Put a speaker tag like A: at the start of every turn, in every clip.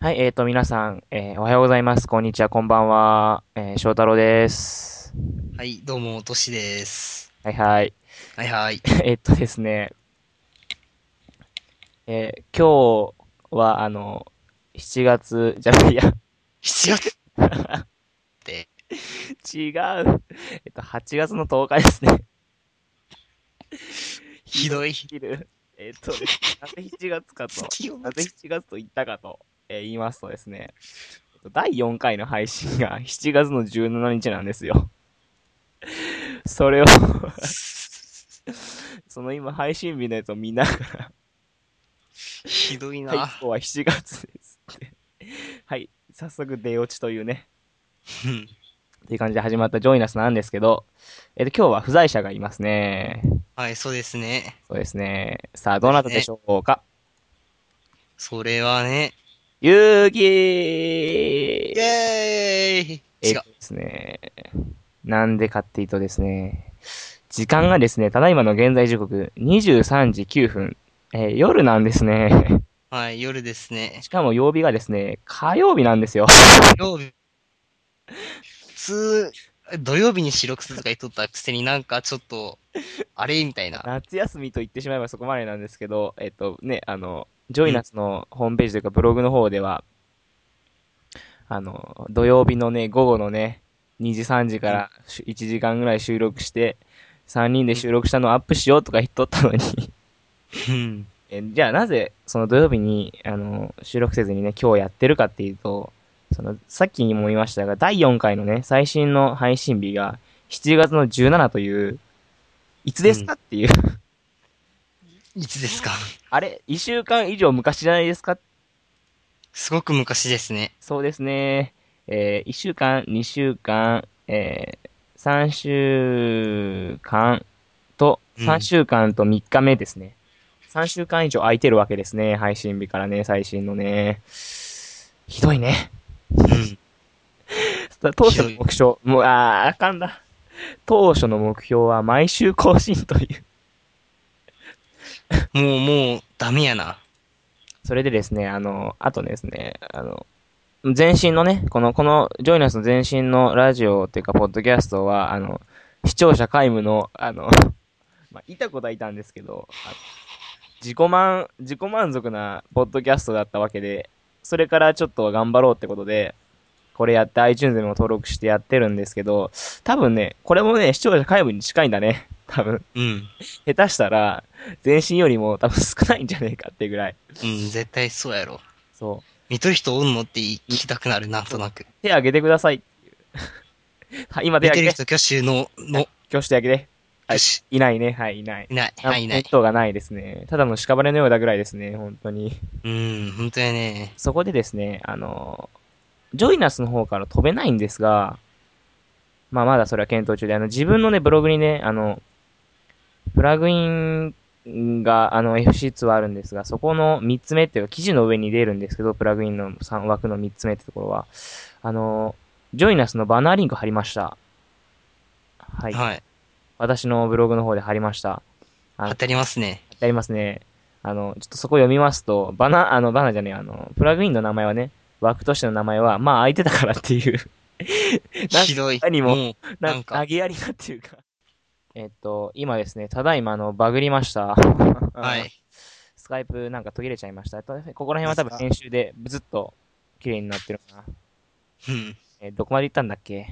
A: はい、えっと、皆さん、えーおはようございます。こんにちは、こんばんは。えー、翔太郎です。
B: はい、どうも、としです。
A: はいはい。
B: はいはい。
A: えっとですね、えー今日は、あの、7月、じゃないや、
B: 7月って、
A: 違う。えっと、8月の10日ですね。
B: ひどい。
A: 昼。えっと、なぜ7月かと、
B: 月を
A: なぜ7月と言ったかと、えー言いますとですね、えっと第4回の配信が7月の17日なんですよ。それを、その今配信日のやつを見ながら、
B: ひどい
A: はい、今
B: な。
A: 日は7月ですって。はい、早速出落ちというね、
B: うん
A: っていう感じで始まったジョイナスなんですけど、えっと、今日は不在者がいますね。
B: はい、そうですね。
A: そうですね。さあ、どなたでしょうか、
B: それはね。
A: ゆうきー
B: イェーイ
A: えっ
B: 違う
A: と。ですね。なんでかっていうとですね、時間がですね、ただいまの現在時刻、23時9分、えー夜なんですね。
B: はい、夜ですね。
A: しかも曜日がですね、火曜日なんですよ。
B: 火曜日。普通、土曜日に収録するとか言っとったくせになんかちょっと、あれみたいな。
A: 夏休みと言ってしまえばそこまでなんですけど、えっとね、あの、ジョイナスのホームページというかブログの方では、あの、土曜日のね、午後のね、2時3時からし1時間ぐらい収録して、3人で収録したのをアップしようとか言っとったのに、
B: うん。
A: えじゃあなぜその土曜日にあの収録せずにね、今日やってるかっていうと、そのさっきにも言いましたが、第4回のね、最新の配信日が7月の17という、いつですかっていう、
B: いつですか
A: あれ ?1 週間以上昔じゃないですか
B: すごく昔ですね。
A: そうですね。え1週間、2週間、え3週間と、
B: うん
A: 3週間と3日目ですね。3週間以上空いてるわけですね。配信日からね、最新のね。ひどいね。
B: うん。
A: 当初の目標、もう、あー、あかんだ。当初の目標は毎週更新という。
B: もう、もう、ダメやな。
A: それでですね、あの、あとですね、あの、前身のね、この、この、ジョイナスの前身のラジオっていうか、ポッドキャストは、あの、視聴者皆無の、あの、 まあ、いたことはいたんですけど、あの自己満、自己満足なポッドキャストだったわけで、それからちょっと頑張ろうってことで、これやって iTunes でも登録してやってるんですけど、多分ね、これもね、視聴者皆無に近いんだね。多分、
B: うん。
A: 下手したら、前身よりも多分少ないんじゃねえかっていうぐらい。
B: うん、絶対そうやろ。
A: そう。
B: 見とる人おんのって聞きたくなる、なんとなく。
A: 手挙げてください っていう。はい、今手
B: 見
A: 挙
B: てる
A: げて。
B: 人挙手の、の、
A: 挙手手挙げて。はい
B: 挙手。
A: いないね。はい、いない。
B: いない、はい、いな
A: ネ
B: い
A: ッ。トがないですね。ただの屍のようだぐらいですね、本当に。
B: うん、本当やね。
A: そこでですね、あの、ジョイナスの方から飛べないんですが、まあまだそれは検討中で、あの、自分のね、ブログにね、あの、プラグインが、あの、FC2 はあるんですが、そこの3つ目っていうか、記事の上に出るんですけど、プラグインの3枠の3つ目ってところは、あの、ジョイナスのバナーリンク貼りました。はい。
B: はい。
A: 私のブログの方で貼りました。あ
B: 当たりますね。
A: やりますね。あの、ちょっとそこ読みますと、バナ、あの、バナじゃねえ、あの、プラグインの名前はね、枠としての名前は、まあ空いてたからっていう、 なん
B: ひどい。
A: 何も
B: う、
A: な
B: なんん
A: か、
B: か
A: 投げやりなっていうか。えっと、今ですね、ただいま、あの、バグりました。
B: は。。
A: はい スカイプなんか途切れちゃいました。えっとここら辺は多分編集で、ずっと、綺麗になってるかな。
B: うん。
A: えーどこまで行ったんだっけ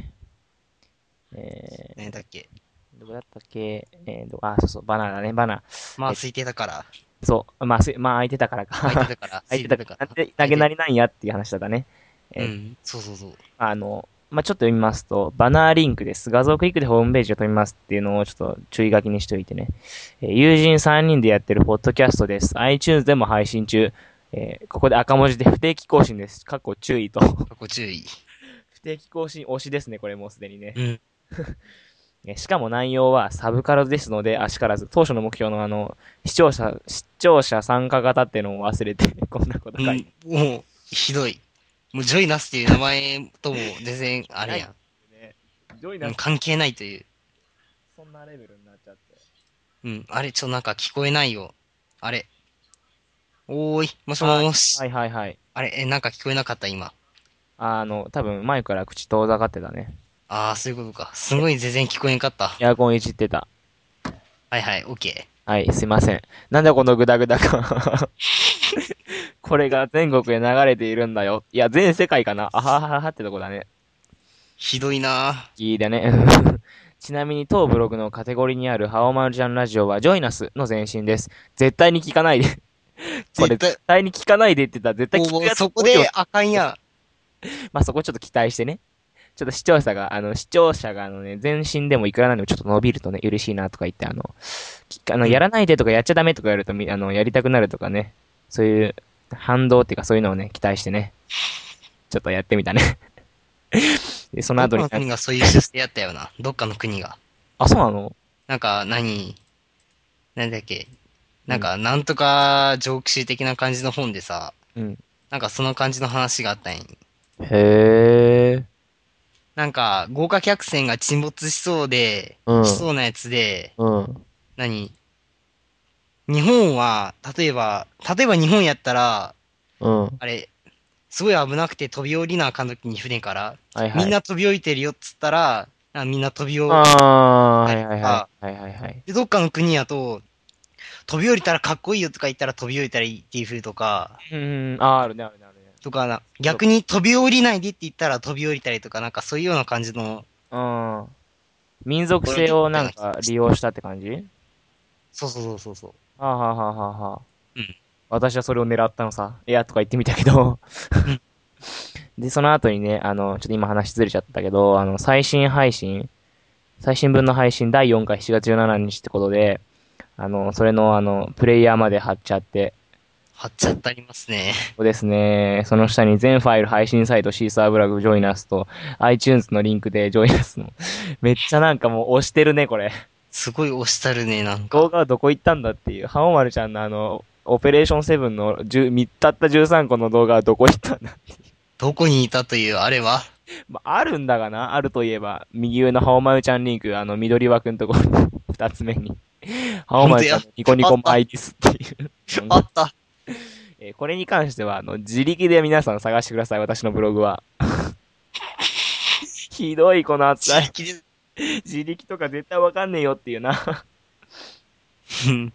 A: え
B: 何だっけ。
A: ー、どこだったっけえー、ど、あ、そうそう、バナーだね、バナー。
B: まあ、
A: え
B: 空いて たから。
A: そう、まあ、すまあ空いてたからか。
B: 空いてたから。
A: 相手だ
B: 空
A: から
B: いて、た
A: なんで投げなりなんやっていう話だったね。え
B: うん。そうそうそう。
A: あの、まあ、ちょっと読みますと、バナーリンクです。画像クリックでホームページを飛びますっていうのをちょっと注意書きにしておいてね。えー友人3人でやってるポッドキャストです。iTunes でも配信中。えーここで赤文字で不定期更新です。かっこ注意と。
B: ご注意。
A: 不定期更新推しですね、これもうすでにね。
B: うん。
A: えーしかも内容はサブからですので、あしからず。当初の目標のあの、視聴者、視聴者参加型っていうのを忘れて、 こんなこと書いて。
B: うんもう、ひどい。もう、ジョイナスっていう名前とも、全然、あれや
A: ジョイ
B: ん。もう関係ないという。
A: そんなレベルになっちゃって。
B: うん。あれ、ちょ、なんか聞こえないよ。あれ。おーい。もしもーし。
A: はいはいはい。
B: あれ、え、なんか聞こえなかった今。
A: あの、多分前から口遠ざかってたね。
B: ああ、そういうことか。すごい全然聞こえんかった。
A: エアコンいじってた。
B: はいはい、オッケ
A: はい、すいません。なんだこのグダグダ感。 これが全国へ流れているんだよ。いや、全世界かな。あははははってとこだね。
B: ー。ひどいな
A: 聞いだね。 ちなみに当ブログのカテゴリーにあるハオマルちゃんラジオはジョイナスの前身です。絶対に聞かないで。これ
B: 絶対
A: 絶対に聞かないでって言ったら絶対
B: ぁ。
A: 聞
B: も
A: く
B: う
A: やつ
B: そこ
A: 多いよ
B: であかんやん。
A: まあ、そこちょっと期待してね。ちょっと視聴者が、あの、視聴者が、あのね、全身でもいくらなんでもちょっと伸びるとね、嬉しいなとか言って、あの、きあの、
B: うん
A: やらないでとかやっちゃダメとかやると、みあの、やりたくなるとかね、そういう反動っていうかそういうのをね、期待してね、ちょっとやってみたね。 で、その後
B: ど
A: に
B: っかの、国がそういう出世やったよな。どっかの国が。
A: あ、そうなの
B: なんか何、なんだっけ。なんか、なんとか、ジョークシー的な感じの本でさ、
A: うん。
B: なんかその感じの話があったんや。
A: へえ。
B: なんか、豪華客船が沈没しそうで、
A: うん
B: しそうなやつで、
A: うん。
B: 何日本は、例えば、例えば日本やったら、
A: うん。は
B: あれ、すごい危なくて飛び降りなあかんときに船から、
A: いはい。
B: みん、な飛び降りてるよっつったら、あみんな飛び降り、
A: あー、はいはいは
B: あ
A: い。はいはいはい。
B: でどっかの国やと、飛び降りたらかっこいいよとか言ったら飛び降りたらいいっていう風とか、
A: うん、あー、あるね、あるね、あるね。
B: とかな、逆に飛び降りないでって言ったら飛び降りたりとか、なんかそういうような感じの、
A: うん。民族性をなんか利用したって感じ
B: そうそうそうそうそう。
A: はあ、はあはあはあはあ、
B: うん
A: 私はそれを狙ったのさ。いや、とか言ってみたけど。 で、その後にね、あの、ちょっと今話ずれちゃったけど、あの、最新配信、最新分の配信第4回7月17日ってことで、あの、それの、あの、プレイヤーまで貼っちゃって、
B: 貼っちゃってありますね。
A: そうですね、その下に全ファイル配信サイトシーサーブラグジョイナスと iTunes のリンクでジョイナスの、めっちゃなんかもう押してるね、これ。
B: すごい押したるね、なんか。
A: 動画はどこ行ったんだっていう、ハオマルちゃんのあの、オペレーションセブンの10みたった13個の動画はどこ行ったんだ
B: どこにいたという、あれは。
A: まああるんだがな、あるといえば、右上のハオマルちゃんリンク、あの、緑枠のところ に、二つ目に。ハオマルちゃんのニコニコマイディスっていう。
B: あった。
A: えーこれに関しては、あの、自力で皆さん探してください、私のブログは。 ひどい、この扱い。
B: 地域で
A: 自力とか絶対わかんねえよっていうな。
B: うん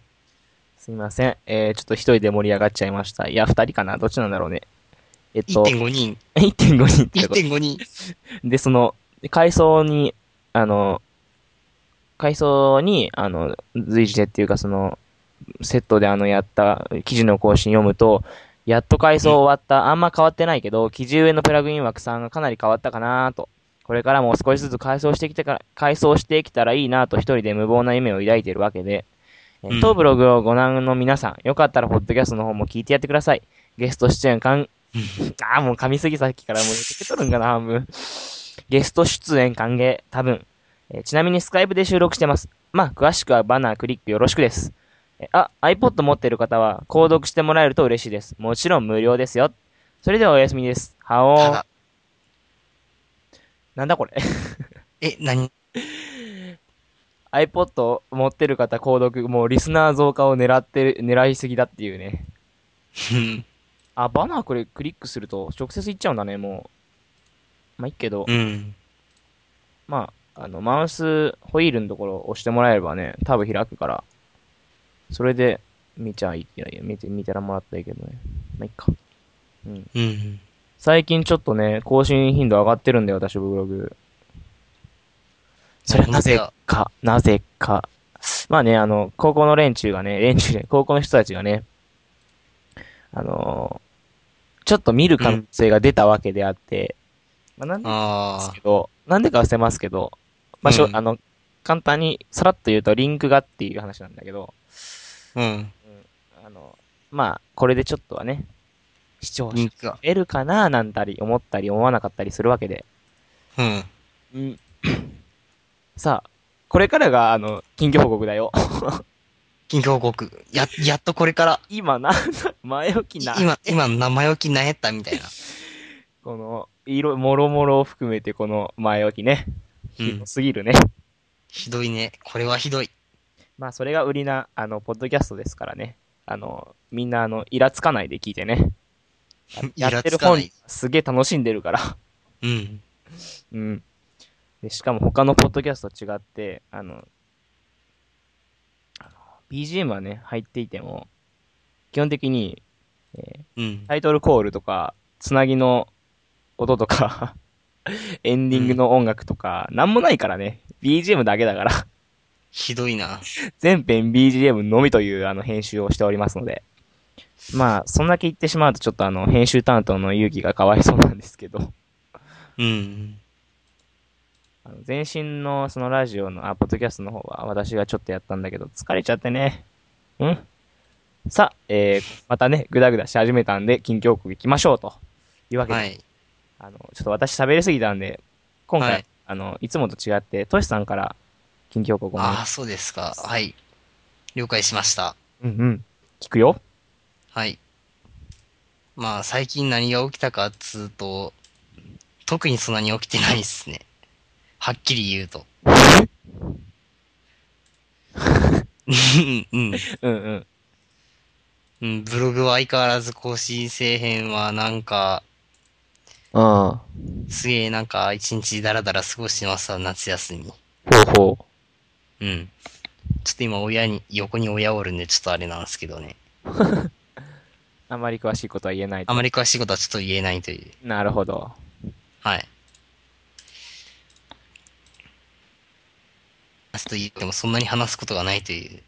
A: すいません。えーちょっと一人で盛り上がっちゃいました。いや、二人かなどっちなんだろうね。えっと、
B: 1.5人。
A: 1.5人ってこと。
B: 1.5人。
A: で、その、階層に、あの、階層に、あの、随時でっていうか、その、セットであの、やった記事の更新読むと、やっと階層終わった。あんま変わってないけど、記事上のプラグイン枠さんがかなり変わったかなと。これからも少しずつ改装してきてから、改装してきたらいいなと一人で無謀な夢を抱いているわけで、えー
B: うん
A: 当ブログをご覧の皆さん、よかったらポッドキャストの方も聞いてやってください。ゲスト出演かん、 ああ、もう噛みすぎさっきからもう抜けとるんかな、半分。ゲスト出演歓迎、多分。えーちなみにスカイプで収録してます。まあ、詳しくはバナークリックよろしくです。えあ、iPod 持ってる方は、購読してもらえると嬉しいです。もちろん無料ですよ。それではおやすみです。はお
B: た
A: ー
B: だ。
A: なんだこれ。
B: え、何
A: iPod を持ってる方、購読、もうリスナー増加を狙ってる、狙いすぎだっていうね。
B: うん
A: あ、バナーこれクリックすると直接いっちゃうんだね、もう。まあ、いいけど、
B: うん。
A: まあ、あの、マウスホイールのところを押してもらえればね、タブ開くから、それで見ちゃいけないよ。見て、見たらもらったらいいけどね。まあ、いいか。うん。
B: うん。
A: 最近ちょっとね、更新頻度上がってるんだよ、私ブログ。それはなぜか、なぜか。まあね、あの、高校の連中がね、連中で、高校の人たちがね、あのーちょっと見る可能性が出たわけであって、まあなんでかです
B: あ
A: けど、なんでか忘れますけど、まあ、しょ
B: うん
A: あの、簡単に、さらっと言うと、リンクがっていう話なんだけど、
B: あ。うん。
A: あの、まあ、これでちょっとはね、視聴
B: リ
A: 者
B: ンクが。
A: 得るかななんたり、思ったり、思わなかったりするわけで、
B: うん。
A: うん。さあ、これからが、あの、近況報告だよ。
B: 近況報告。や、やっとこれから、
A: 今な、 前置きな、
B: 今、今、前置き何やったみたいな。
A: この、色、もろもろを含めて、この前置きね。
B: う
A: ひ
B: ん
A: ど。すぎるね。
B: ひどいね。これはひどい。
A: まあ、それが売りな、あの、ポッドキャストですからね。あの、みんな、あの、イラつかないで聞いてね。やってる
B: イラつかな
A: 本
B: い、
A: すげえ楽しんでるから。
B: うん。
A: うん。で、しかも他のポッドキャストと違って、あの、あの BGM はね、入っていても、基本的に
B: うん。
A: タイトルコールとか、つなぎの音とか、 エンディングの音楽とか、なんもないからね。BGM だけだから、
B: ひどいな。
A: 全編 BGM のみというあの編集をしておりますので。まあ、そんだけ言ってしまうとちょっとあの、編集担当の勇気がかわいそうなんですけど。
B: うん。
A: あの前身のそのラジオの、あ、ポッドキャストの方は私がちょっとやったんだけど、疲れちゃってね。うんさあ、えー、またね、ぐだぐだし始めたんで、近況国行きましょうと。いうわけで、
B: はい。
A: あの、ちょっと私喋りすぎたんで、今回、
B: はい
A: あの、いつもと違って、トシさんから近況国をお願い
B: ああ、そうですか。はい。了解しました。
A: うんうん。聞くよ。
B: はい。まあ、最近何が起きたかっつうと、特にそんなに起きてないっすね。はっきり言うと。うんうん
A: うんうん。
B: うん。ブログは相変わらず更新せえへんわ。なんか、
A: あ
B: すげえなんか一日ダラダラ過ごしてました、夏休み。
A: あ。ほうほ
B: うん。ちょっと今親に、横に親おるんでちょっとあれなんですけどね。
A: う。あまり詳しいことは言えないと
B: あまり詳しいことはちょっと言えないという。
A: なるほど。
B: はい。明日と言ってもそんなに話すことがないという、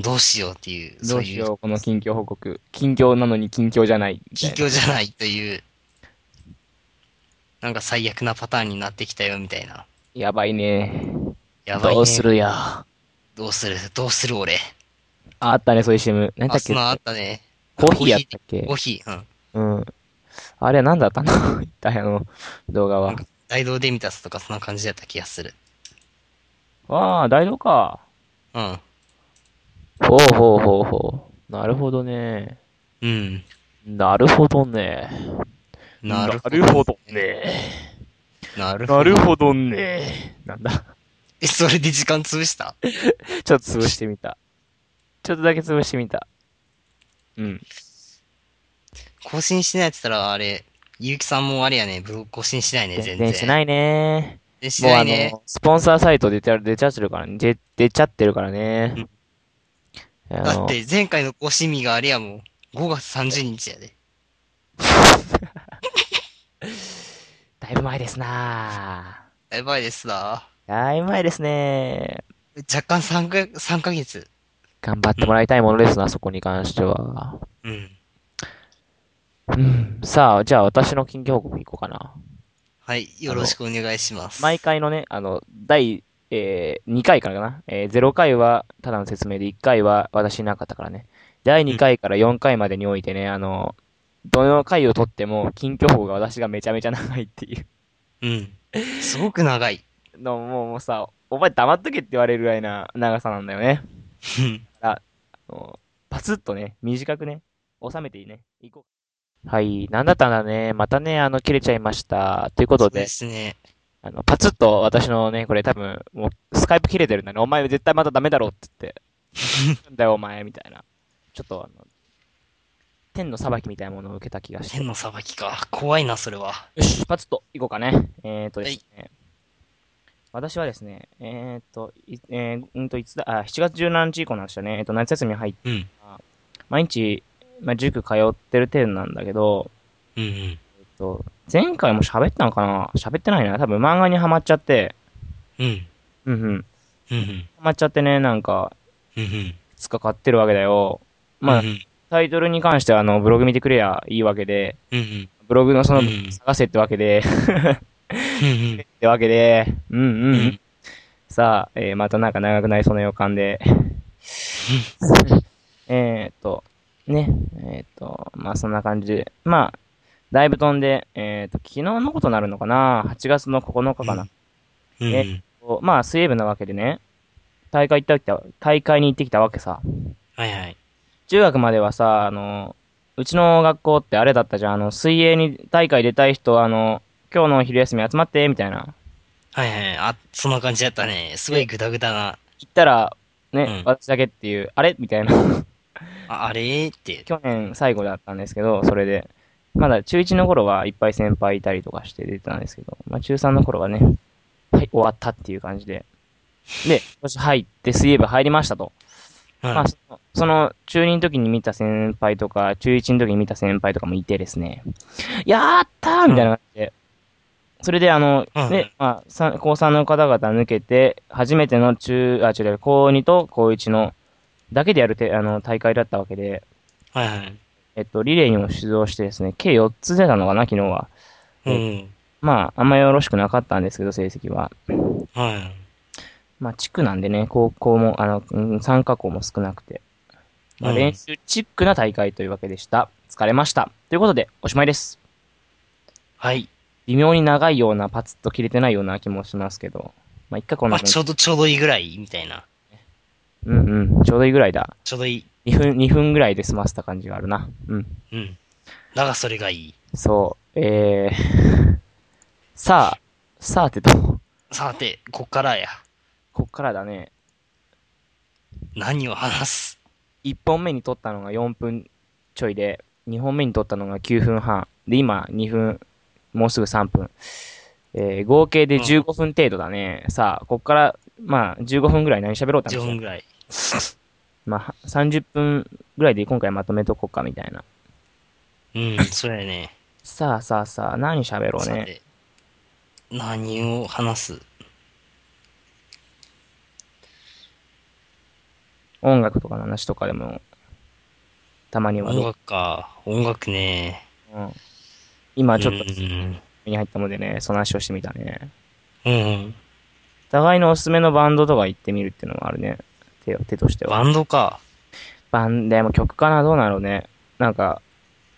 B: どうしようっていう、
A: ど
B: そう
A: う
B: い
A: し
B: う
A: よう、この近況報告。近況なのに近況じゃないみたい
B: 近
A: な。
B: 況じゃないという、なんか最悪なパターンになってきたよみたいな。
A: やばいね。
B: やばい、ね。
A: どうするや。
B: どうするどうする俺。
A: ああったね、そういう CM。何だ
B: あ、
A: っ
B: そ
A: け
B: のあったね。
A: コーヒーやったっけ
B: コーヒー、うん。
A: うん。あれは何だったの 一体あの、動画は
B: なん。か大道デミタスとかそんな感じだった気がする。
A: ああ、大道か。
B: うん。
A: ほうほうほうほう。なるほどね。
B: うん。
A: なるほどね。
B: なるほど。
A: どね。
B: なるほど。
A: なるほどね。なんだ。
B: え、 それで時間潰した
A: ちょっと潰してみた。ちょっとだけ潰してみた。うん。
B: 更新しないって言ったら、あれ、ゆうきさんもあれやね、ブログ更新しないね、全然。。
A: 全然しないいね。
B: し
A: もう
B: な
A: あ
B: いね。
A: の、スポンサーサイト出ちゃ、出ちゃってるからね。出出ちゃってるからね。あの
B: だって、前回の更新日があれやもん。5月30日やで。
A: だいぶ前ですな
B: やばいですな
A: ぁ。だいぶ前ですね
B: 若干3か、三ヶ月。
A: 頑張ってもらいたいものですな、そこに関しては。
B: うん。
A: うん。さあ、じゃあ私の近況報告いこうかな。
B: はい、よろしくお願いします。
A: 毎回のね、あの、第、えー、2回からかな。えー、0回はただの説明で、1回は私いなかったからね。第2回から4回までにおいてね、あの、どの回を取っても、近況報告が私がめちゃめちゃ長いっていう
B: うん。すごく長い。
A: の、もうもうさ、お前黙っとけって言われるぐらいな長さなんだよね。
B: うん
A: もうパツッとね、短くね、収めていいね、いこう。はい、なんだったんだね、またね、あの、切れちゃいました。ということ
B: そう
A: で
B: で、すね。
A: あの、パツッと私のね、これ多分、もう、スカイプ切れてるんだね。お前絶対またダメだろって言 って。なんだよ、お前、みたいな。ちょっとあの、天の裁きみたいなものを受けた気がして。
B: 天の裁きか。怖いな、それは。
A: よし、パツッと行こうかね。えーとですね。私はですね、えーと、いえー、うんと、いつだ、あ、7月17日以降なんですよね。えっ、と、夏休み入って、
B: うん。
A: 毎日、まあ、塾通ってる程度なんだけど、
B: うんうん。
A: えっと、前回も喋ったのかな喋ってないな。多分漫画にハマっちゃって、
B: うん。
A: うんうん。
B: うんうん。
A: ハマっちゃってね、なんか、
B: うんうん。
A: いくつか買ってるわけだよ。まあ
B: う、ん
A: タイトルに関しては、あの、ブログ見てくれやいいわけで、
B: うん。うん
A: ブログのその
B: うん、
A: 探せってわけで、
B: うん。
A: ってわけで、うんう。
B: うんんうん。
A: さあ、えーまたなんか長くなりそうな予感 で、えーっと、ね、えーっと、まあそんな感じで、まあ、だいぶ飛んで、えーっと、昨日のことになるのかな ?8 月の9日かな、
B: うんうん。
A: まあ水泳部なわけでね、大会行ってきた、大会に行ってきたわけさ。
B: はいはい。
A: 中学まではさ、あの、うちの学校ってあれだったじゃん、あの、水泳に大会出たい人、あの、今日のお昼休み集まって、みたいな。
B: はいはい。あ、そんな感じだったね。すごいグダグダな。
A: 行ったら、ね、
B: うん
A: 私だけっていう、あれみたいな。
B: あ、あれって。
A: 去年最後だったんですけど、それで。まだ中1の頃はいっぱい先輩いたりとかして出てたんですけど、まあ中3の頃はね、はい、終わったっていう感じで。で、今年入って水泳部入りましたと。まあ、そのその中2の時に見た先輩とか、中1の時に見た先輩とかもいてですね、やったーみたいな感じで、それであの、
B: うん
A: ね、まあ、さ高3の方々抜けて、初めての中、あ、違う、高2と高1の、だけでやるてあの大会だったわけで、
B: はいはい。
A: えっと、リレーにも出場してですね、計4つ出たのかな、昨日は。
B: うん。
A: まあ、あんまよろしくなかったんですけど、成績は。
B: は
A: まあ、地区なんでね、高校も、あの、うん参加校も少なくて。まあ、
B: うん
A: 練習チックな大会というわけでした。疲れました。ということで、おしまいです。
B: い。はい。
A: 微妙に長いような、パツッと切れてないような気もしますけど。まあ、一回こん
B: ま
A: な
B: あ、ちょうど、ちょうどいいぐらい、みたいな。
A: うんうん、ちょうどいいぐらいだ。
B: ちょうどいい。
A: 2分、2分ぐらいで済ませた感じがあるな。うん。
B: うん。だが、それがいい。
A: そう、えー、 さあ、さあてと、
B: さて、こっからや。
A: こっからだね。
B: 何を話す
A: 1本目に撮ったのが4分ちょいで、2本目に撮ったのが9分半。で、今、2分、もうすぐ3分。えー、合計で15分程度だね。さあ、こっから、まあ、15分ぐらい何喋ろうって
B: ?10 分
A: 話だ
B: ぐらい。
A: まあ、30分ぐらいで今回まとめとこうか、みたいな。
B: うん、それね。
A: さあさあさあ、何喋ろう
B: さ
A: ね。
B: て、何を話す
A: 音楽とかの話とかでも、たまには
B: 音
A: どう、
B: 楽か。音楽ね。
A: うん、今ちょっと
B: うん。
A: 目に入ったのでね、その話をしてみたね。
B: うん。
A: 互いのおすすめのバンドとか行ってみるっていうのもあるね。手手としては。
B: バンドか。
A: バンでも曲かなどうなのね。なんか、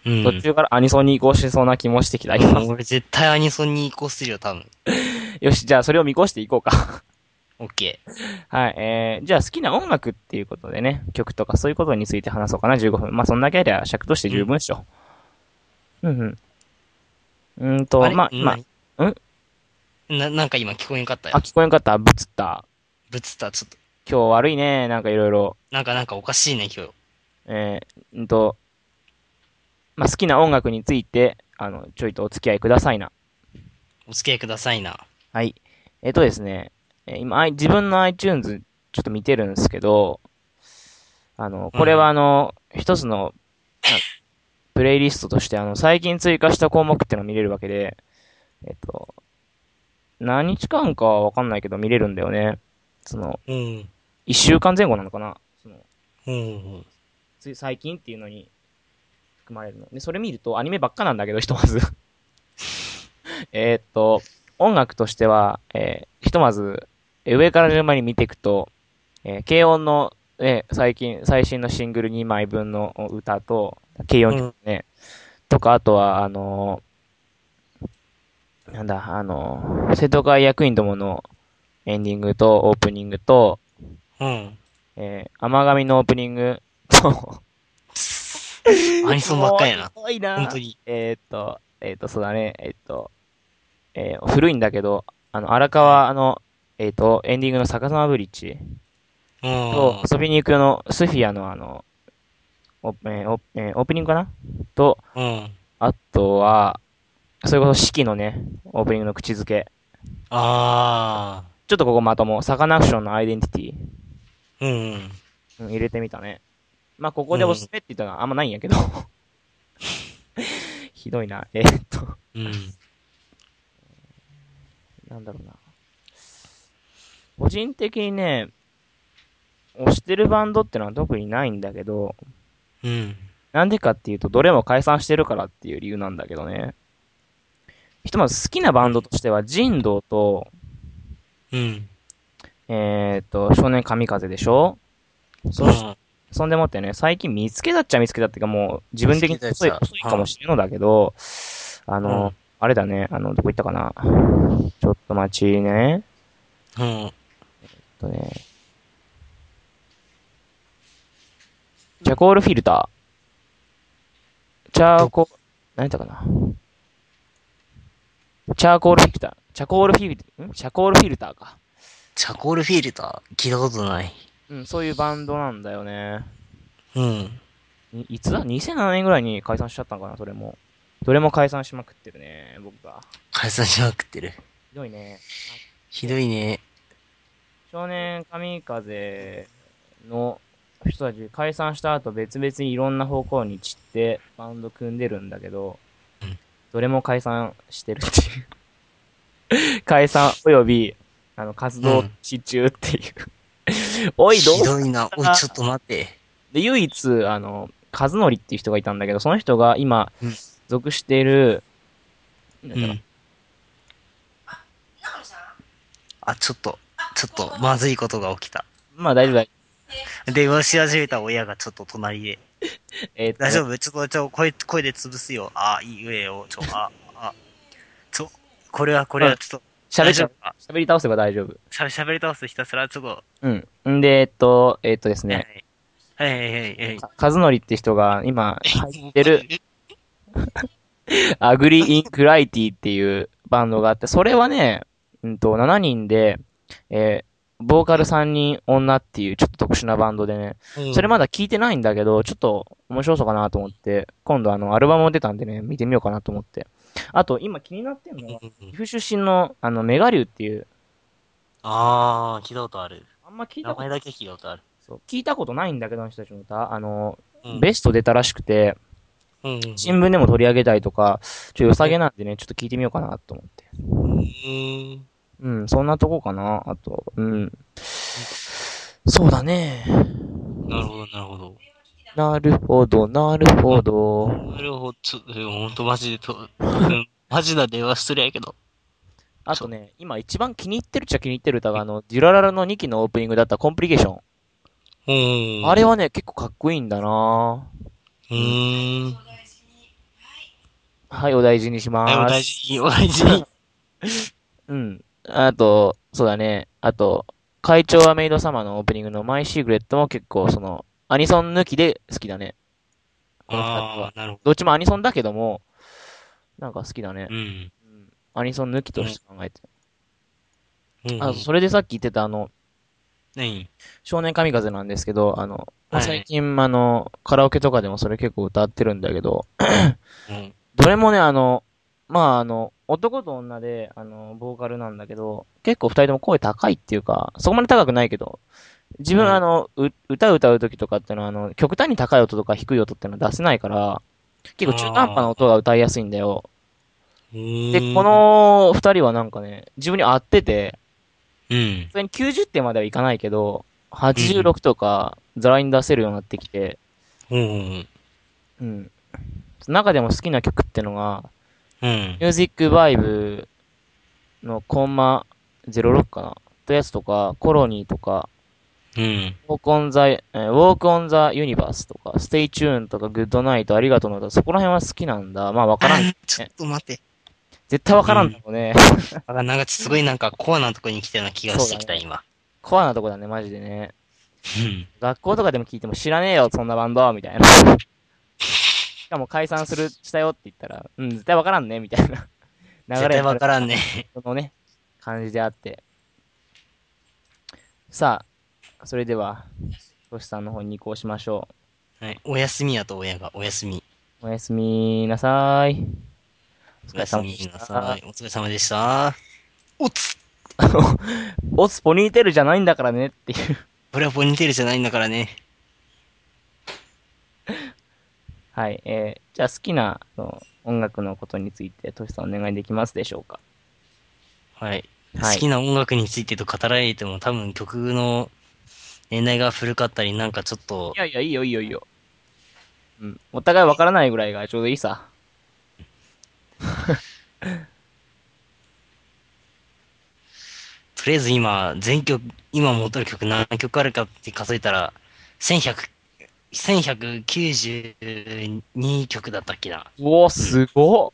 B: うん。
A: 途中からアニソンに移行しそうな気もしてきた。今
B: うん俺絶対アニソンに移行するよ、多分。
A: よし、じゃあそれを見越していこうか。
B: オッケー。
A: はい、えー、じゃあ好きな音楽っていうことでね、曲とかそういうことについて話そうかな、15分。まあそんだけありゃ尺として十分っしょ。うん、うん、うん。んーと、
B: あれ
A: まあ、まあん
B: な、なんか今聞こえんかった
A: あ、
B: よ。
A: 聞こえんかったぶつった。
B: ぶつった、ちょっと。
A: 今日悪いね、なんかいろいろ。
B: なんか、なんかおかしいね、今日。
A: えー、んーと、まあ好きな音楽について、あの、ちょいとお付き合いくださいな。
B: お付き合いくださいな。
A: はい。えっ、とですね、えー今、I- 自分の iTunes ちょっと見てるんですけど、あの、これはあの、一つの、あプレイリストとして、あの、最近追加した項目っていうのが見れるわけで、えっ、と、何日間かはわかんないけど見れるんだよね。その、
B: うん。
A: 一週間前後なのかなその、
B: うん。
A: つい最近っていうのに含まれるの。で、それ見るとアニメばっかなんだけど、ひとまず。 えーっと、音楽としては、えーひとまず、えー上から順番に見ていくと、えー軽音の、えー最近、最新のシングル2枚分のお歌と、軽音曲ね、とか、あとは、あのーなんだ、あのー瀬戸川役員どものエンディングとオープニングと、
B: うん。
A: えー、甘神のオープニングと、
B: アニソンばっか りやな。
A: 多いな。
B: 本当に。
A: えーっと、えーっと、そうだね。えーっと、えー古いんだけど、あの、荒川、あの、えーっと、エンディングの逆さまブリッジ
B: う
A: と
B: ん、。
A: 遊びに行く用のスフィアのあの、オえーオえーオープニングかなと、
B: うん。
A: あとは、それこそ四季のね、オープニングの口づけ。
B: あ
A: ちょっとここまとも、サカナクションのアイデンティティ、
B: ー。うん。
A: うん、入れてみたね。まあ、ここでおすすめって言ったのはあんまないんやけど。 ひどいな。えーっと。
B: うん。
A: なんだろうな。個人的にね、推してるバンドってのは特にないんだけど、
B: うん。
A: なんでかっていうと、どれも解散してるからっていう理由なんだけどね。ひとまず好きなバンドとしては、人道と、
B: うん。
A: えー、っと、少年神風でしょそし、
B: うん
A: そんでもってね、最近見つけたっちゃ見つけたっていうか、もう自分的に
B: 見つ
A: 遅
B: け
A: い
B: たっちゃ
A: 遅いかもしれんのだけど、あの、
B: うん
A: あれだね、あの、どこ行ったかな。ちょっと待ちね。
B: うん。
A: えっとね。チャコールフィルター。チャーコ、何やったかな。チャーコールフィルター。チャコールフィルター、んチャコールフィルターか。
B: チャコールフィルター聞いたことない。
A: うん、そういうバンドなんだよね。
B: うん。
A: いいつだ ?2007 年ぐらいに解散しちゃったのかな、それも。どれも解散しまくってるね、僕が。
B: 解散しまくってる。
A: ひどいね。
B: ひどいね。
A: 少年神風の人たち解散した後別々にいろんな方向に散ってバンド組んでるんだけど
B: うん、
A: どれも解散してるっていう。解散および、あの、活動し中っていう。おい、ど
B: ひ
A: う
B: どいな。おい、ちょっと待って。
A: で、唯一、あの、和則っていう人がいたんだけど、その人が今
B: うん、
A: 属している、
B: う。
A: なんだろうん
B: あ、ちょっと、ちょっと、まずいことが起きた。
A: まあ大丈夫だ。
B: 電話し始めた親がちょっと隣で。
A: えーっと
B: 大丈夫ちょっと、ちょ、声、声で潰すよ。あ、いい、上よ。ちょ、あ、あ、ちょ、これは、これは、ちょっと、
A: 喋っ
B: 大
A: ち
B: 丈
A: ゃ
B: 夫か
A: 喋り倒せば大丈夫。
B: しゃ喋り倒すひたすら、ちょっと、
A: うん。んで、えーっと、えーっとですね。
B: はい、はい、はい、はい。
A: か和則って人が今入って るアグリ・イン・クライティっていうバンドがあって、それはね、うんと、7人で、えーボーカル3人女っていうちょっと特殊なバンドでね、
B: うん
A: それまだ聞いてないんだけど、ちょっと面白そうかなと思って、今度あの、アルバムも出たんでね、見てみようかなと思って。あと、今気になってんのは、
B: うん
A: 岐阜出身のあの、メガリュウっていう、
B: あー、聞いたことある。
A: あんま聞い
B: 名
A: たこと
B: 前だけ聞いたことある。
A: そう聞いたことないんだけど、あの人たちの歌。あの、
B: うん
A: ベスト出たらしくて、
B: うん。
A: 新聞でも取り上げたりとか、ちょっと良さげなんでね、ちょっと聞いてみようかなと思って。
B: うん。
A: うん、そんなとこかな、あと。うん。そうだね。
B: なるほど、なるほど。
A: なるほど、なるほど。
B: なるほど、ちょ、えほんとマジでと、うんマジな電話してるやけど。
A: あとね、今一番気に入ってるっちゃ気に入ってる歌が、あの、デュラララの2期のオープニングだったコンプリケーション。
B: うん。
A: あれはね、結構かっこいいんだな
B: うーん。
A: はい、お大事にしま
B: あれも大
A: ーす。
B: 事に、大事に。
A: うん。あと、そうだね。あと、会長はメイド様のオープニングのマイシークレットも結構その、アニソン抜きで好きだね。この二つは
B: ああ、なるほ
A: どっちもアニソンだけども、なんか好きだね
B: ど。う。ん。
A: うんアニソン抜きとして考えて。
B: うん。
A: あ、それでさっき言ってたあの、
B: 何
A: 少年神風なんですけど、あの、
B: はい
A: 最近あの、カラオケとかでもそれ結構歌ってるんだけど、
B: うん。
A: どれもね、あの、まああの、男と女で、あの、ボーカルなんだけど、結構二人とも声高いっていうか、そこまで高くないけど、自分、
B: うん
A: あの、う歌歌う時とかってのは、あの、極端に高い音とか低い音ってのは出せないから、結構中途半端な音が歌いやすいんだよ。で、
B: で
A: こ、の二人はなんかね、自分に合ってて、
B: うん
A: 普。通に90点まではいかないけど、86とか、ザラに出せるようになってきて、
B: うん。
A: うん。中でも好きな曲ってのが、
B: うん。
A: ミュージックバイブのコンマ06かなとやつとか、コロニーとか、
B: うん。
A: ウォークオンザ、えーウォークオンザユニバースとか、ステイチューンとか、グッドナイト、ありがとうの歌、そこら辺は好きなんだ。まあわ からん。
B: ちょっと待って。
A: 絶対わからんだろうね。
B: あ、なんかすごいなんかコアなとこに来たような気がしてきた、
A: そうだね
B: 今。
A: コアなとこだね、マジでね。
B: うん。
A: 学校とかでも聞いても知らねえよ、そんなバンドみたいな。しかも解散する、したよって言ったら、うん、絶対わからんね、みたいな。
B: 絶対わからんね。
A: のね、感じであって。さあ、それでは、トシさんの方に移行しましょ
B: はい。おやすみやと、親が。おやすみ。
A: う。おやすみなさーい。お疲
B: おや
A: れ
B: す
A: 様
B: み
A: でし
B: なさ
A: た。
B: い。お疲れ様でした。おつ
A: オスポニーテールじゃないんだからねっていう。
B: これはポニーテールじゃないんだからね。
A: はい。えー、じゃあ好きなあの音楽のことについて、トシさんお願いできますでしょうか。
B: はい。
A: はい
B: 好きな音楽についてと語られても多分曲の年代が古かったりなんかちょっと
A: い、やいや、いいよいいよいいよ。うん。お互いわからないぐらいがちょうどいいさ。
B: とりあえず今、全曲、今持ってる曲何曲あるかって数えたら、1100、1192曲だったっけな。
A: うおー、すごっ。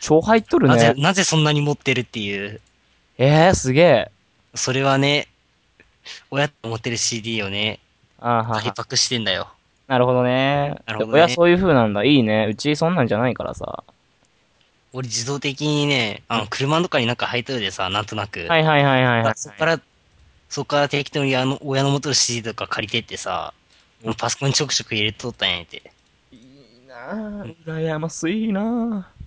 A: 超入っとる
B: なぜ、
A: ね。
B: なぜそんなに持ってるっていう、
A: えー、すげえ。
B: それはね、親と持ってる CD をね、
A: あーはーはー
B: 開パックしてんだよ。
A: なるほどね。
B: なるほどね
A: 親そういう風なんだ。いいね。うちそんなんじゃないからさ。
B: 俺自動的にね、あの、車の中になんか入っとるでさ、なんとなく。
A: はいはいはいはい、はい。
B: そっから、そっから定期的にあの親の元の CD とか借りてってさ、パソコンにちょくちょく入れとったんやて。
A: いいななぁ。羨ましいなぁ。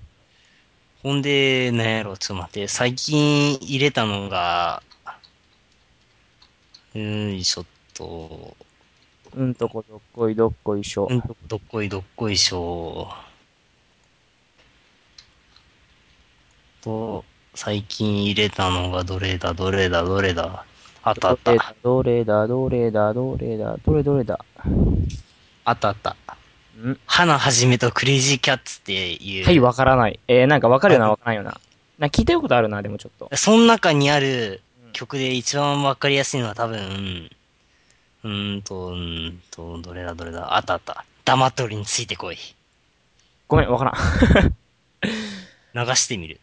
B: ほんで、なんやろ、ちょっと待って、最近入れたのが、うーん、ちょっと、
A: うんとこどっこいどっこいしょ。
B: うんどっこいどっこいしょ。と、最近入れたのがどれだ、どれだ、どれだ。あったあった。
A: どれだ、どれだ、どれだ、どれだ、どれどれだ。
B: あったあった。
A: ん
B: 花はじめとクレイジーキャッツっていう。
A: はい、わからない。えー、なんかわかるようなわからないような。なんか聞いたことあるな、でもちょっと。
B: その中にある曲で一番わかりやすいのは多分、うーんと、うーんと、どれだどれだ、あったあった。黙っとりについてこい。
A: ごめん、わからん。
B: 流してみる。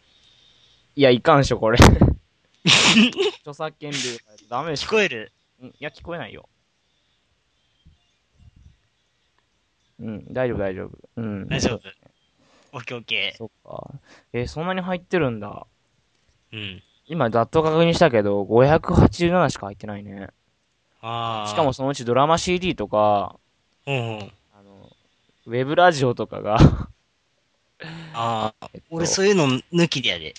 A: いや、いかんでしょ、 これ。著作権料ダメでし
B: 聞
A: ょ。
B: こえる
A: うんいや、聞こえないよ。うん、大丈夫、大丈夫。うん。
B: 大丈夫オッケーオッケ
A: そっか。えーそんなに入ってるんだ。
B: ー。うん。
A: 今、ざっと確認したけど、587しか入ってないね。
B: ああ。
A: しかも、そのうちドラマ CD とか、
B: うんうん。
A: あの、ウェブラジオとかが、
B: ああ、
A: えっと
B: 俺そういうの抜きでやで。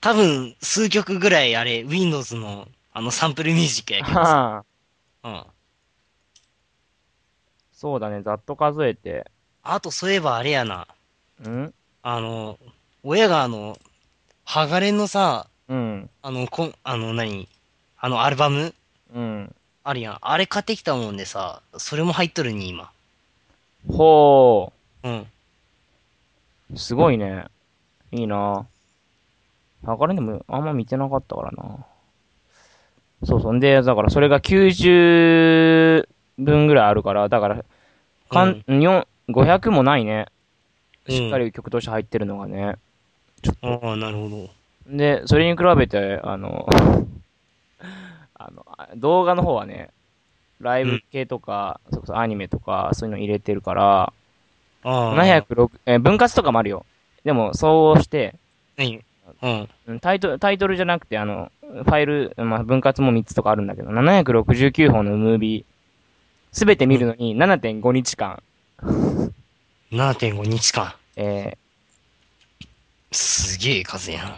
B: 多分、数曲ぐらいあれ、Windows のあのサンプルミュージックやけどさ。
A: はあ
B: うん。
A: そうだね、ざっと数えて。
B: あとそういえばあれやな。
A: ん
B: あの、親があの、ハガレンのさ、
A: うん。
B: あの、こん、あの何あのアルバム
A: うん。
B: あるやん。あれ買ってきたもんでさ、それも入っとるに今。
A: ほ
B: うん。
A: う。すごいね。いいなぁ。かれでもあんま見てなかったからなそうそう。んで、だからそれが90分ぐらいあるから、だから、かん、四500もないね。
B: うん
A: しっかり曲として入ってるのがね。
B: ああ、なるほど。
A: で、それに比べて、あの、 あの、あ動画の方はね、ライブ系とか、それこそアニメとか、そういうの入れてるから、
B: ああ。
A: 706、えー分割とかもあるよ。でも、そうして、
B: 何うん。
A: うんタイトル、タイトルじゃなくて、あの、ファイル、まあ、分割も3つとかあるんだけど、769本のムービー、すべて見るのに7.5日間、
B: 7.5日間。
A: え
B: すげえ数やな。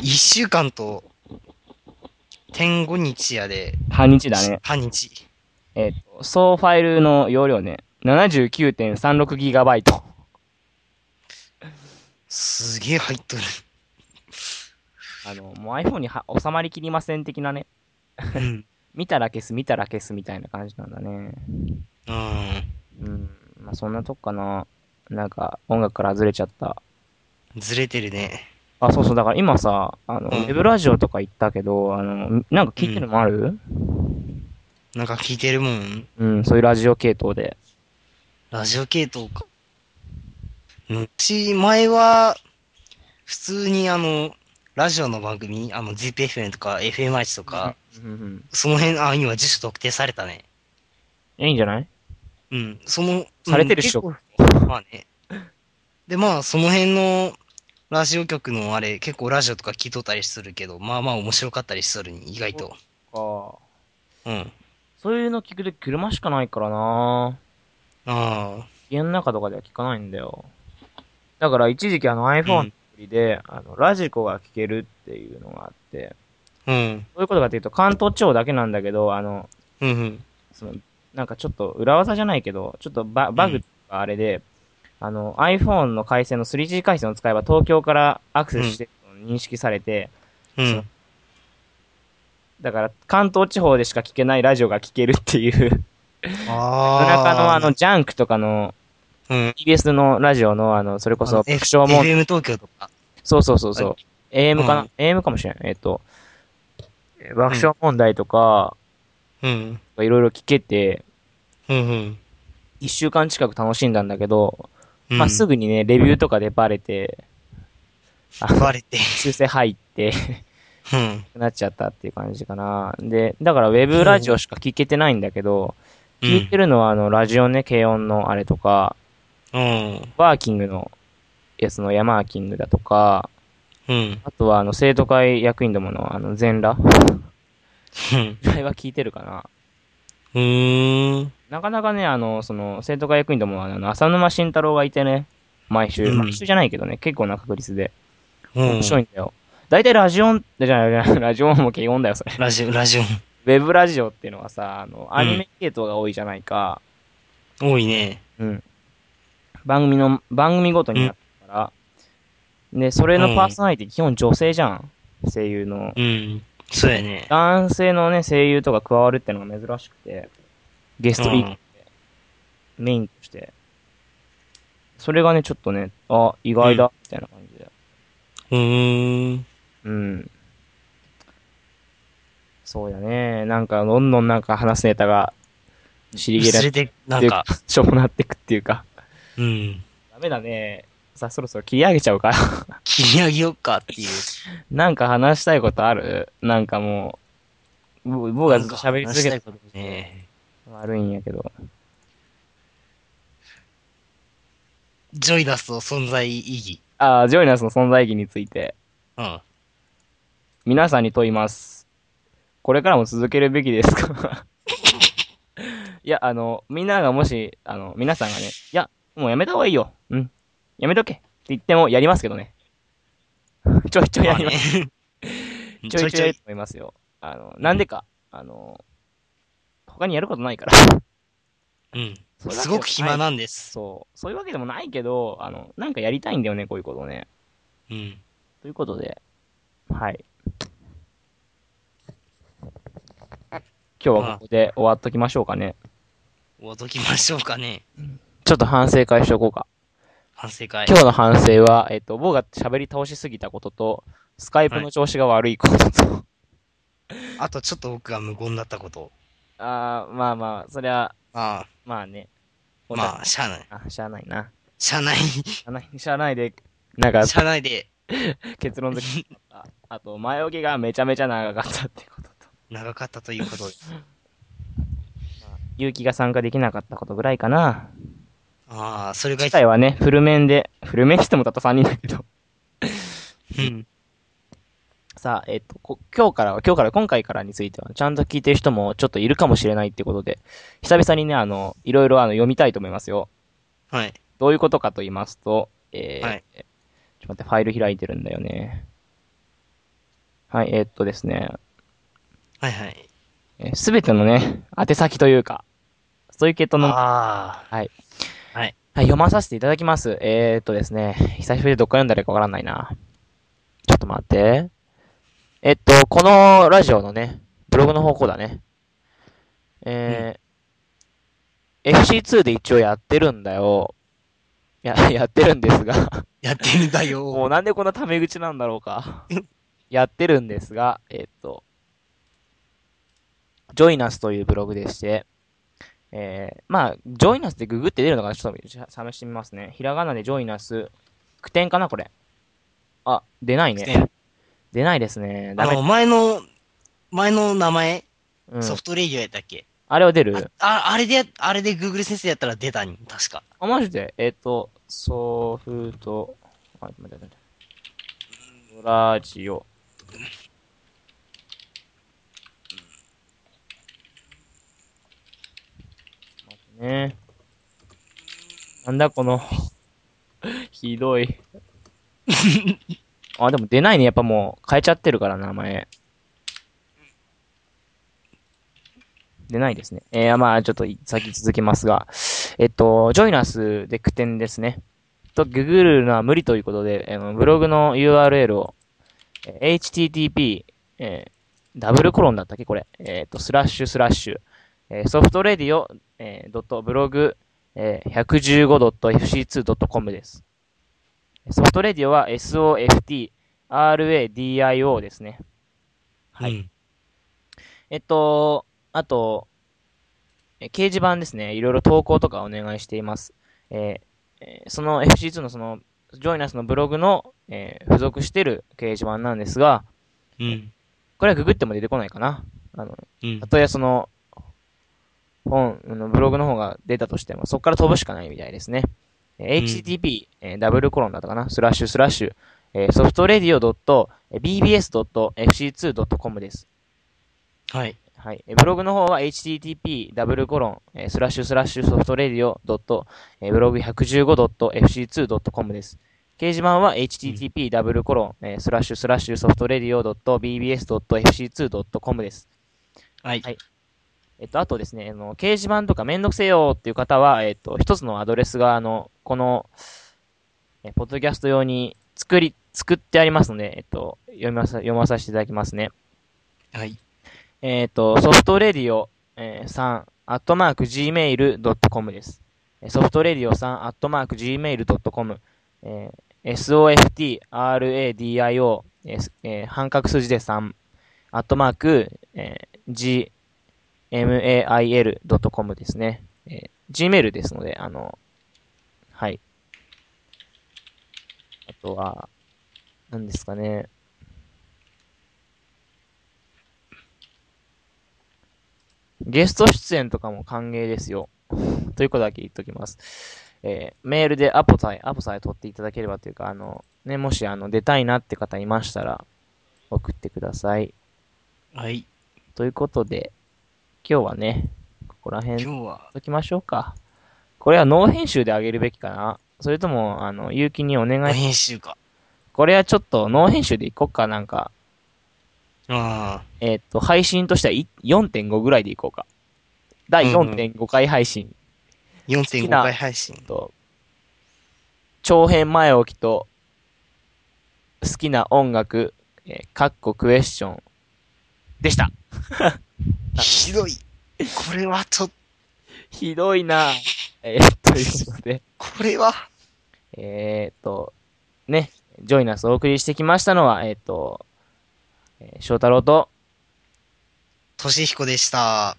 B: 一週間と、点5日やで、
A: ー、半日だね。
B: 半日。
A: えっ、と、総ファイルの容量ね、79.36GB。
B: すげえ入っとる。
A: あの、もう iPhone には収まりきりません的なね、
B: うん。
A: 見たら消す、見たら消すみたいな感じなんだね。
B: うん。
A: うん、まあ、そんなとこかな。なんか、音楽からずれちゃった。
B: ずれてるね。
A: あ、そうそう、だから今さ、あの、ウ
B: うん
A: ェブラジオとか行ったけど、あの、なんか聞いてるのある、
B: なんか聞いてるもん。
A: うん、そういうラジオ系統で。
B: ラジオ系統か。うんし、前は、普通にあの、ラジオの番組、あの、ZPFN とか FMH とか、
A: うんうん
B: その辺、あ、今、自主特定されたね。
A: うん、いいんじゃない
B: うん、その、
A: されてるっしょ
B: うん結構まあね。で、まあ、その辺のラジオ局のあれ、結構ラジオとか聞いとったりするけど、まあまあ面白かったりするに、意外と。
A: か。
B: うん。
A: そういうの聞くとき車しかないからな
B: あ
A: 家の中とかでは聞かないんだよ。だから一時期あの iPhone のアプリで、あの、ラジコが聞けるっていうのがあって、
B: あ、うん。
A: どういうことかっていうと、関東地方だけなんだけど、あの、
B: うんうん。
A: その、なんかちょっと裏技じゃないけど、ちょっとババグとかあれで、あの、iPhone の回線の 3G 回線を使えば東京からアクセスしてるのを認識されて、
B: うん。
A: だから関東地方でしか聞けないラジオが聞けるっていう、
B: あ
A: 夜中のあの、、ジャンクとかの、
B: うん。
A: TBS のラジオのあの、それこそ、
B: F-
A: 爆笑問題
B: FM 東京とか。
A: そうそうそうそう。AM かな、
B: うん
A: ?AM かもしれない。えっ、と、えー爆笑問題とか、
B: うん。
A: いろいろ聞けて、
B: うんうん。
A: 一週間近く楽しんだんだけど、
B: うん、
A: まあ、すぐにね、レビューとかでバレて、
B: バレて。
A: 修正入って、
B: うん。
A: なっちゃったっていう感じかな。で、だからウェブラジオしか聞けてないんだけど、
B: うん
A: 聞いてるのはあの、ラジオね、軽音のあれとか、
B: うん。
A: ワーキングのやつの山ーキングだとか、
B: うん。
A: あとはあの、生徒会役員どものあの、全裸
B: うん。
A: ぐらいは聞いてるかな。
B: うーん。
A: なかなかね、あの、その、生徒会役員とも、あの、浅沼慎太郎がいてね、毎週、
B: うん
A: 毎週じゃないけどね、結構な確率で、
B: うん
A: 面。白いんだよ。大体ラジオン、 じゃあじゃあラジオンも基本だよ、それ。
B: ラジオ、ラジオ、
A: ウェブラジオっていうのはさ、あの、
B: ん
A: アニメ系統が多いじゃないか。
B: 多いね。
A: うん。番組の、番組ごとになったから。で、それのパーソナリティ、基本女性じゃん。声優の。
B: うん。そうやね。
A: 男性のね、声優とか加わるってのが珍しくて、ゲストリーグでメインとして。それがね、ちょっとね、あ、意外だ、みたいな感じで。
B: うーん。
A: うん。そうだね。なんか、どんどんなんか話すネタが、知りげら
B: 薄
A: れて、
B: れ て、なんか、
A: しょぼなってくっていうか。
B: うん。
A: ダメだね。さあ、そろそろ切り上げちゃうか。
B: 切り上げよっかっていう。
A: なんか話したいことあるなんかもう、ぼ僕がずっと喋り続け
B: なん
A: て
B: か話したいことね。
A: 悪いんやけど。
B: ジョイダスの存在意義。
A: ああ、ジョイナスの存在意義について。
B: うん。
A: 皆さんに問います。これからも続けるべきですか いや、あの、みんながもし、あの、皆さんがね、いや、もうやめた方がいいよ。うん。やめとけ。って言っても、やりますけどね。 ちょいちょいやります。
B: まあね
A: ちょいちょいやると思いますよ。あの、なんでか、あの、他にやることないから。
B: うん。
A: それだけじゃない
B: すごく暇なんです。
A: そう。そういうわけでもないけど、あの、なんかやりたいんだよね、こういうことをね。
B: うん。
A: ということで、はい。今日はここで終わっときましょうかね。
B: おどきましょうかね。
A: ちょっと反省会しとこうか。
B: 反省会。
A: 今日の反省は、えっと、僕が喋り倒しすぎたことと、スカイプの調子が悪いことと、
B: あとちょっと僕が無言だったこと。
A: あー、まあまあ、そりゃ、
B: あ
A: まあね。
B: あ、まあ、しゃあない。
A: あ。しゃあないな。
B: 社内、
A: しゃあない、しゃあないで、なんか、
B: 社内で
A: 結論付けああと、前置きがめちゃめちゃ長かったってことと、
B: 長かったということで。
A: 勇気が参加できなかったことぐらいかな。
B: ああ、それが
A: 次、回はね、フル面で、フル面してもたった3人だけど。
B: うん。
A: さあ、えっと、こ今日からは、今日から、今回からについては、ちゃんと聞いてる人もちょっといるかもしれないってことで、久々にね、あの、いろいろあの読みたいと思いますよ。
B: はい。
A: どういうことかと言いますと、えー
B: はい
A: ちょっと待って、ファイル開いてるんだよね。はい、えっとですね、
B: はいはい。
A: すべてのね、宛先というか、そういう系統の、はい、
B: あ
A: はい、
B: あ、はい。
A: 読まさせていただきます。えー、っとですね、久しぶりでどっから読んだらいいかわからないな。ちょっと待って。えっと、このラジオのね、ブログの方向だね。えー FC2 で一応やってるんだよ。いや、 やってるんですが。
B: やってるんだよ。
A: もうなんでこんなタメ口なんだろう か。やってるんですが、えっと、ジョイナスというブログでして、えー、まあ、ジョイナスってググって出るのかなちょっと試してみますね。ひらがなでジョイナス、句点かなこれ。あ、出ないね。
B: ね
A: 出ないですね。
B: あ
A: ダメ
B: の、。前の、前の名前、
A: うん、
B: ソフトレディオやったっけ
A: あれは出る
B: あ、ああれでや、あれで Google 先生やったら出たに、確か。
A: あ、マジでえっ、と、ソフト、あ、待って待って待って。ラジオ。待ってね。なんだこの、ひどい。あ、でも出ないね。やっぱもう変えちゃってるからな、名前。出ないですね。えー、まあちょっと先続きますが。えっと、ジョイナスで句点ですね。と、ググるのは無理ということで、あのブログの URL を、えー http、えーダブルコロンだったっけこれ。えーっと、スラッシュスラッシュ、えーソフトレディオ、えー、ドットブログ、えー、115.fc2.com です。ソフトレディオは SOFT、RADIO ですね。はい
B: うん。
A: えっと、あと、え掲示板ですね。いろいろ投稿とかお願いしています。えーえーその FC2 のその、ジョイナスのブログの、えー付属してる掲示板なんですが、
B: うん。
A: これはググっても出てこないかな。あの、
B: うん
A: た。とえその、本、あのブログの方が出たとしても、そこから飛ぶしかないみたいですね。えー
B: うん
A: http、えーダブルコロンだったかな、スラッシュスラッシュ、えー、ソフトレディオ .bbs.fc2.com です。
B: はい。
A: はい。えーブログの方は http:// ダブルコロンえースラッシュスラッシュソフトレディオドットえーブログ 115.fc2.com です。掲示板は http:// ダブルコロンえースラッシュスラッシュソフトレディオドット bbs.fc2.com です。
B: はい。
A: はいえっと、あとですね、あの、掲示板とかめんどくせえよっていう方は、えっと、一つのアドレスが、あの、この、え、ポッドキャスト用に作り、作ってありますので、えっと、読みまさ、読まさせていただきますね。
B: はい。
A: えっ、と、ソフトレディオ、えー、3、アットマーク gmail.com です。えーソフトレディオ3、アットマーク gmail.com、えー、softradio、えーすえー半角数字で3、アットマーク、えー gmail.com ですね。えー gmail ですので、あの、はい。あとは、何ですかね。ゲスト出演とかも歓迎ですよ。ということだけ言っときます。えーメールでアポさえ、アポさえ取っていただければというか、あの、ね、もしあの、出たいなって方いましたら、送ってください。
B: はい。
A: ということで、今日はね、ここら辺、
B: 今日は、
A: ときましょうか。これはノー編集であげるべきかなそれとも、あの、結城にお願い。
B: 編集か。
A: これはちょっと、ノー編集でいこっか、なんか。
B: あ
A: えーっと、配信としてはい4.5ぐらいでいこうか。第4.5回配信。
B: あ、
A: き
B: 4.5
A: な
B: 回配信。
A: と、長編前置きと、好きな音楽、えー、かっこクエスチョン、でした。
B: ひどい。これはちょっと、
A: ひどいなえー、ということで、
B: これは、
A: えーっと、ね、ジョイナスお送りしてきましたのは、えーっと、えー翔太郎と、
B: としひこでした。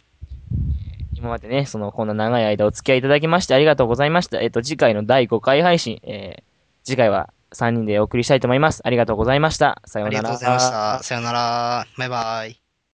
A: 今までね、その、こんな長い間お付き合いいただきましてありがとうございました。えーっと、次回の第5回配信、えー次回は3人でお送りしたいと思います。ありがとうございました。さよ
B: あ
A: うなら。
B: りがとうございました。さよなら。バイバイ。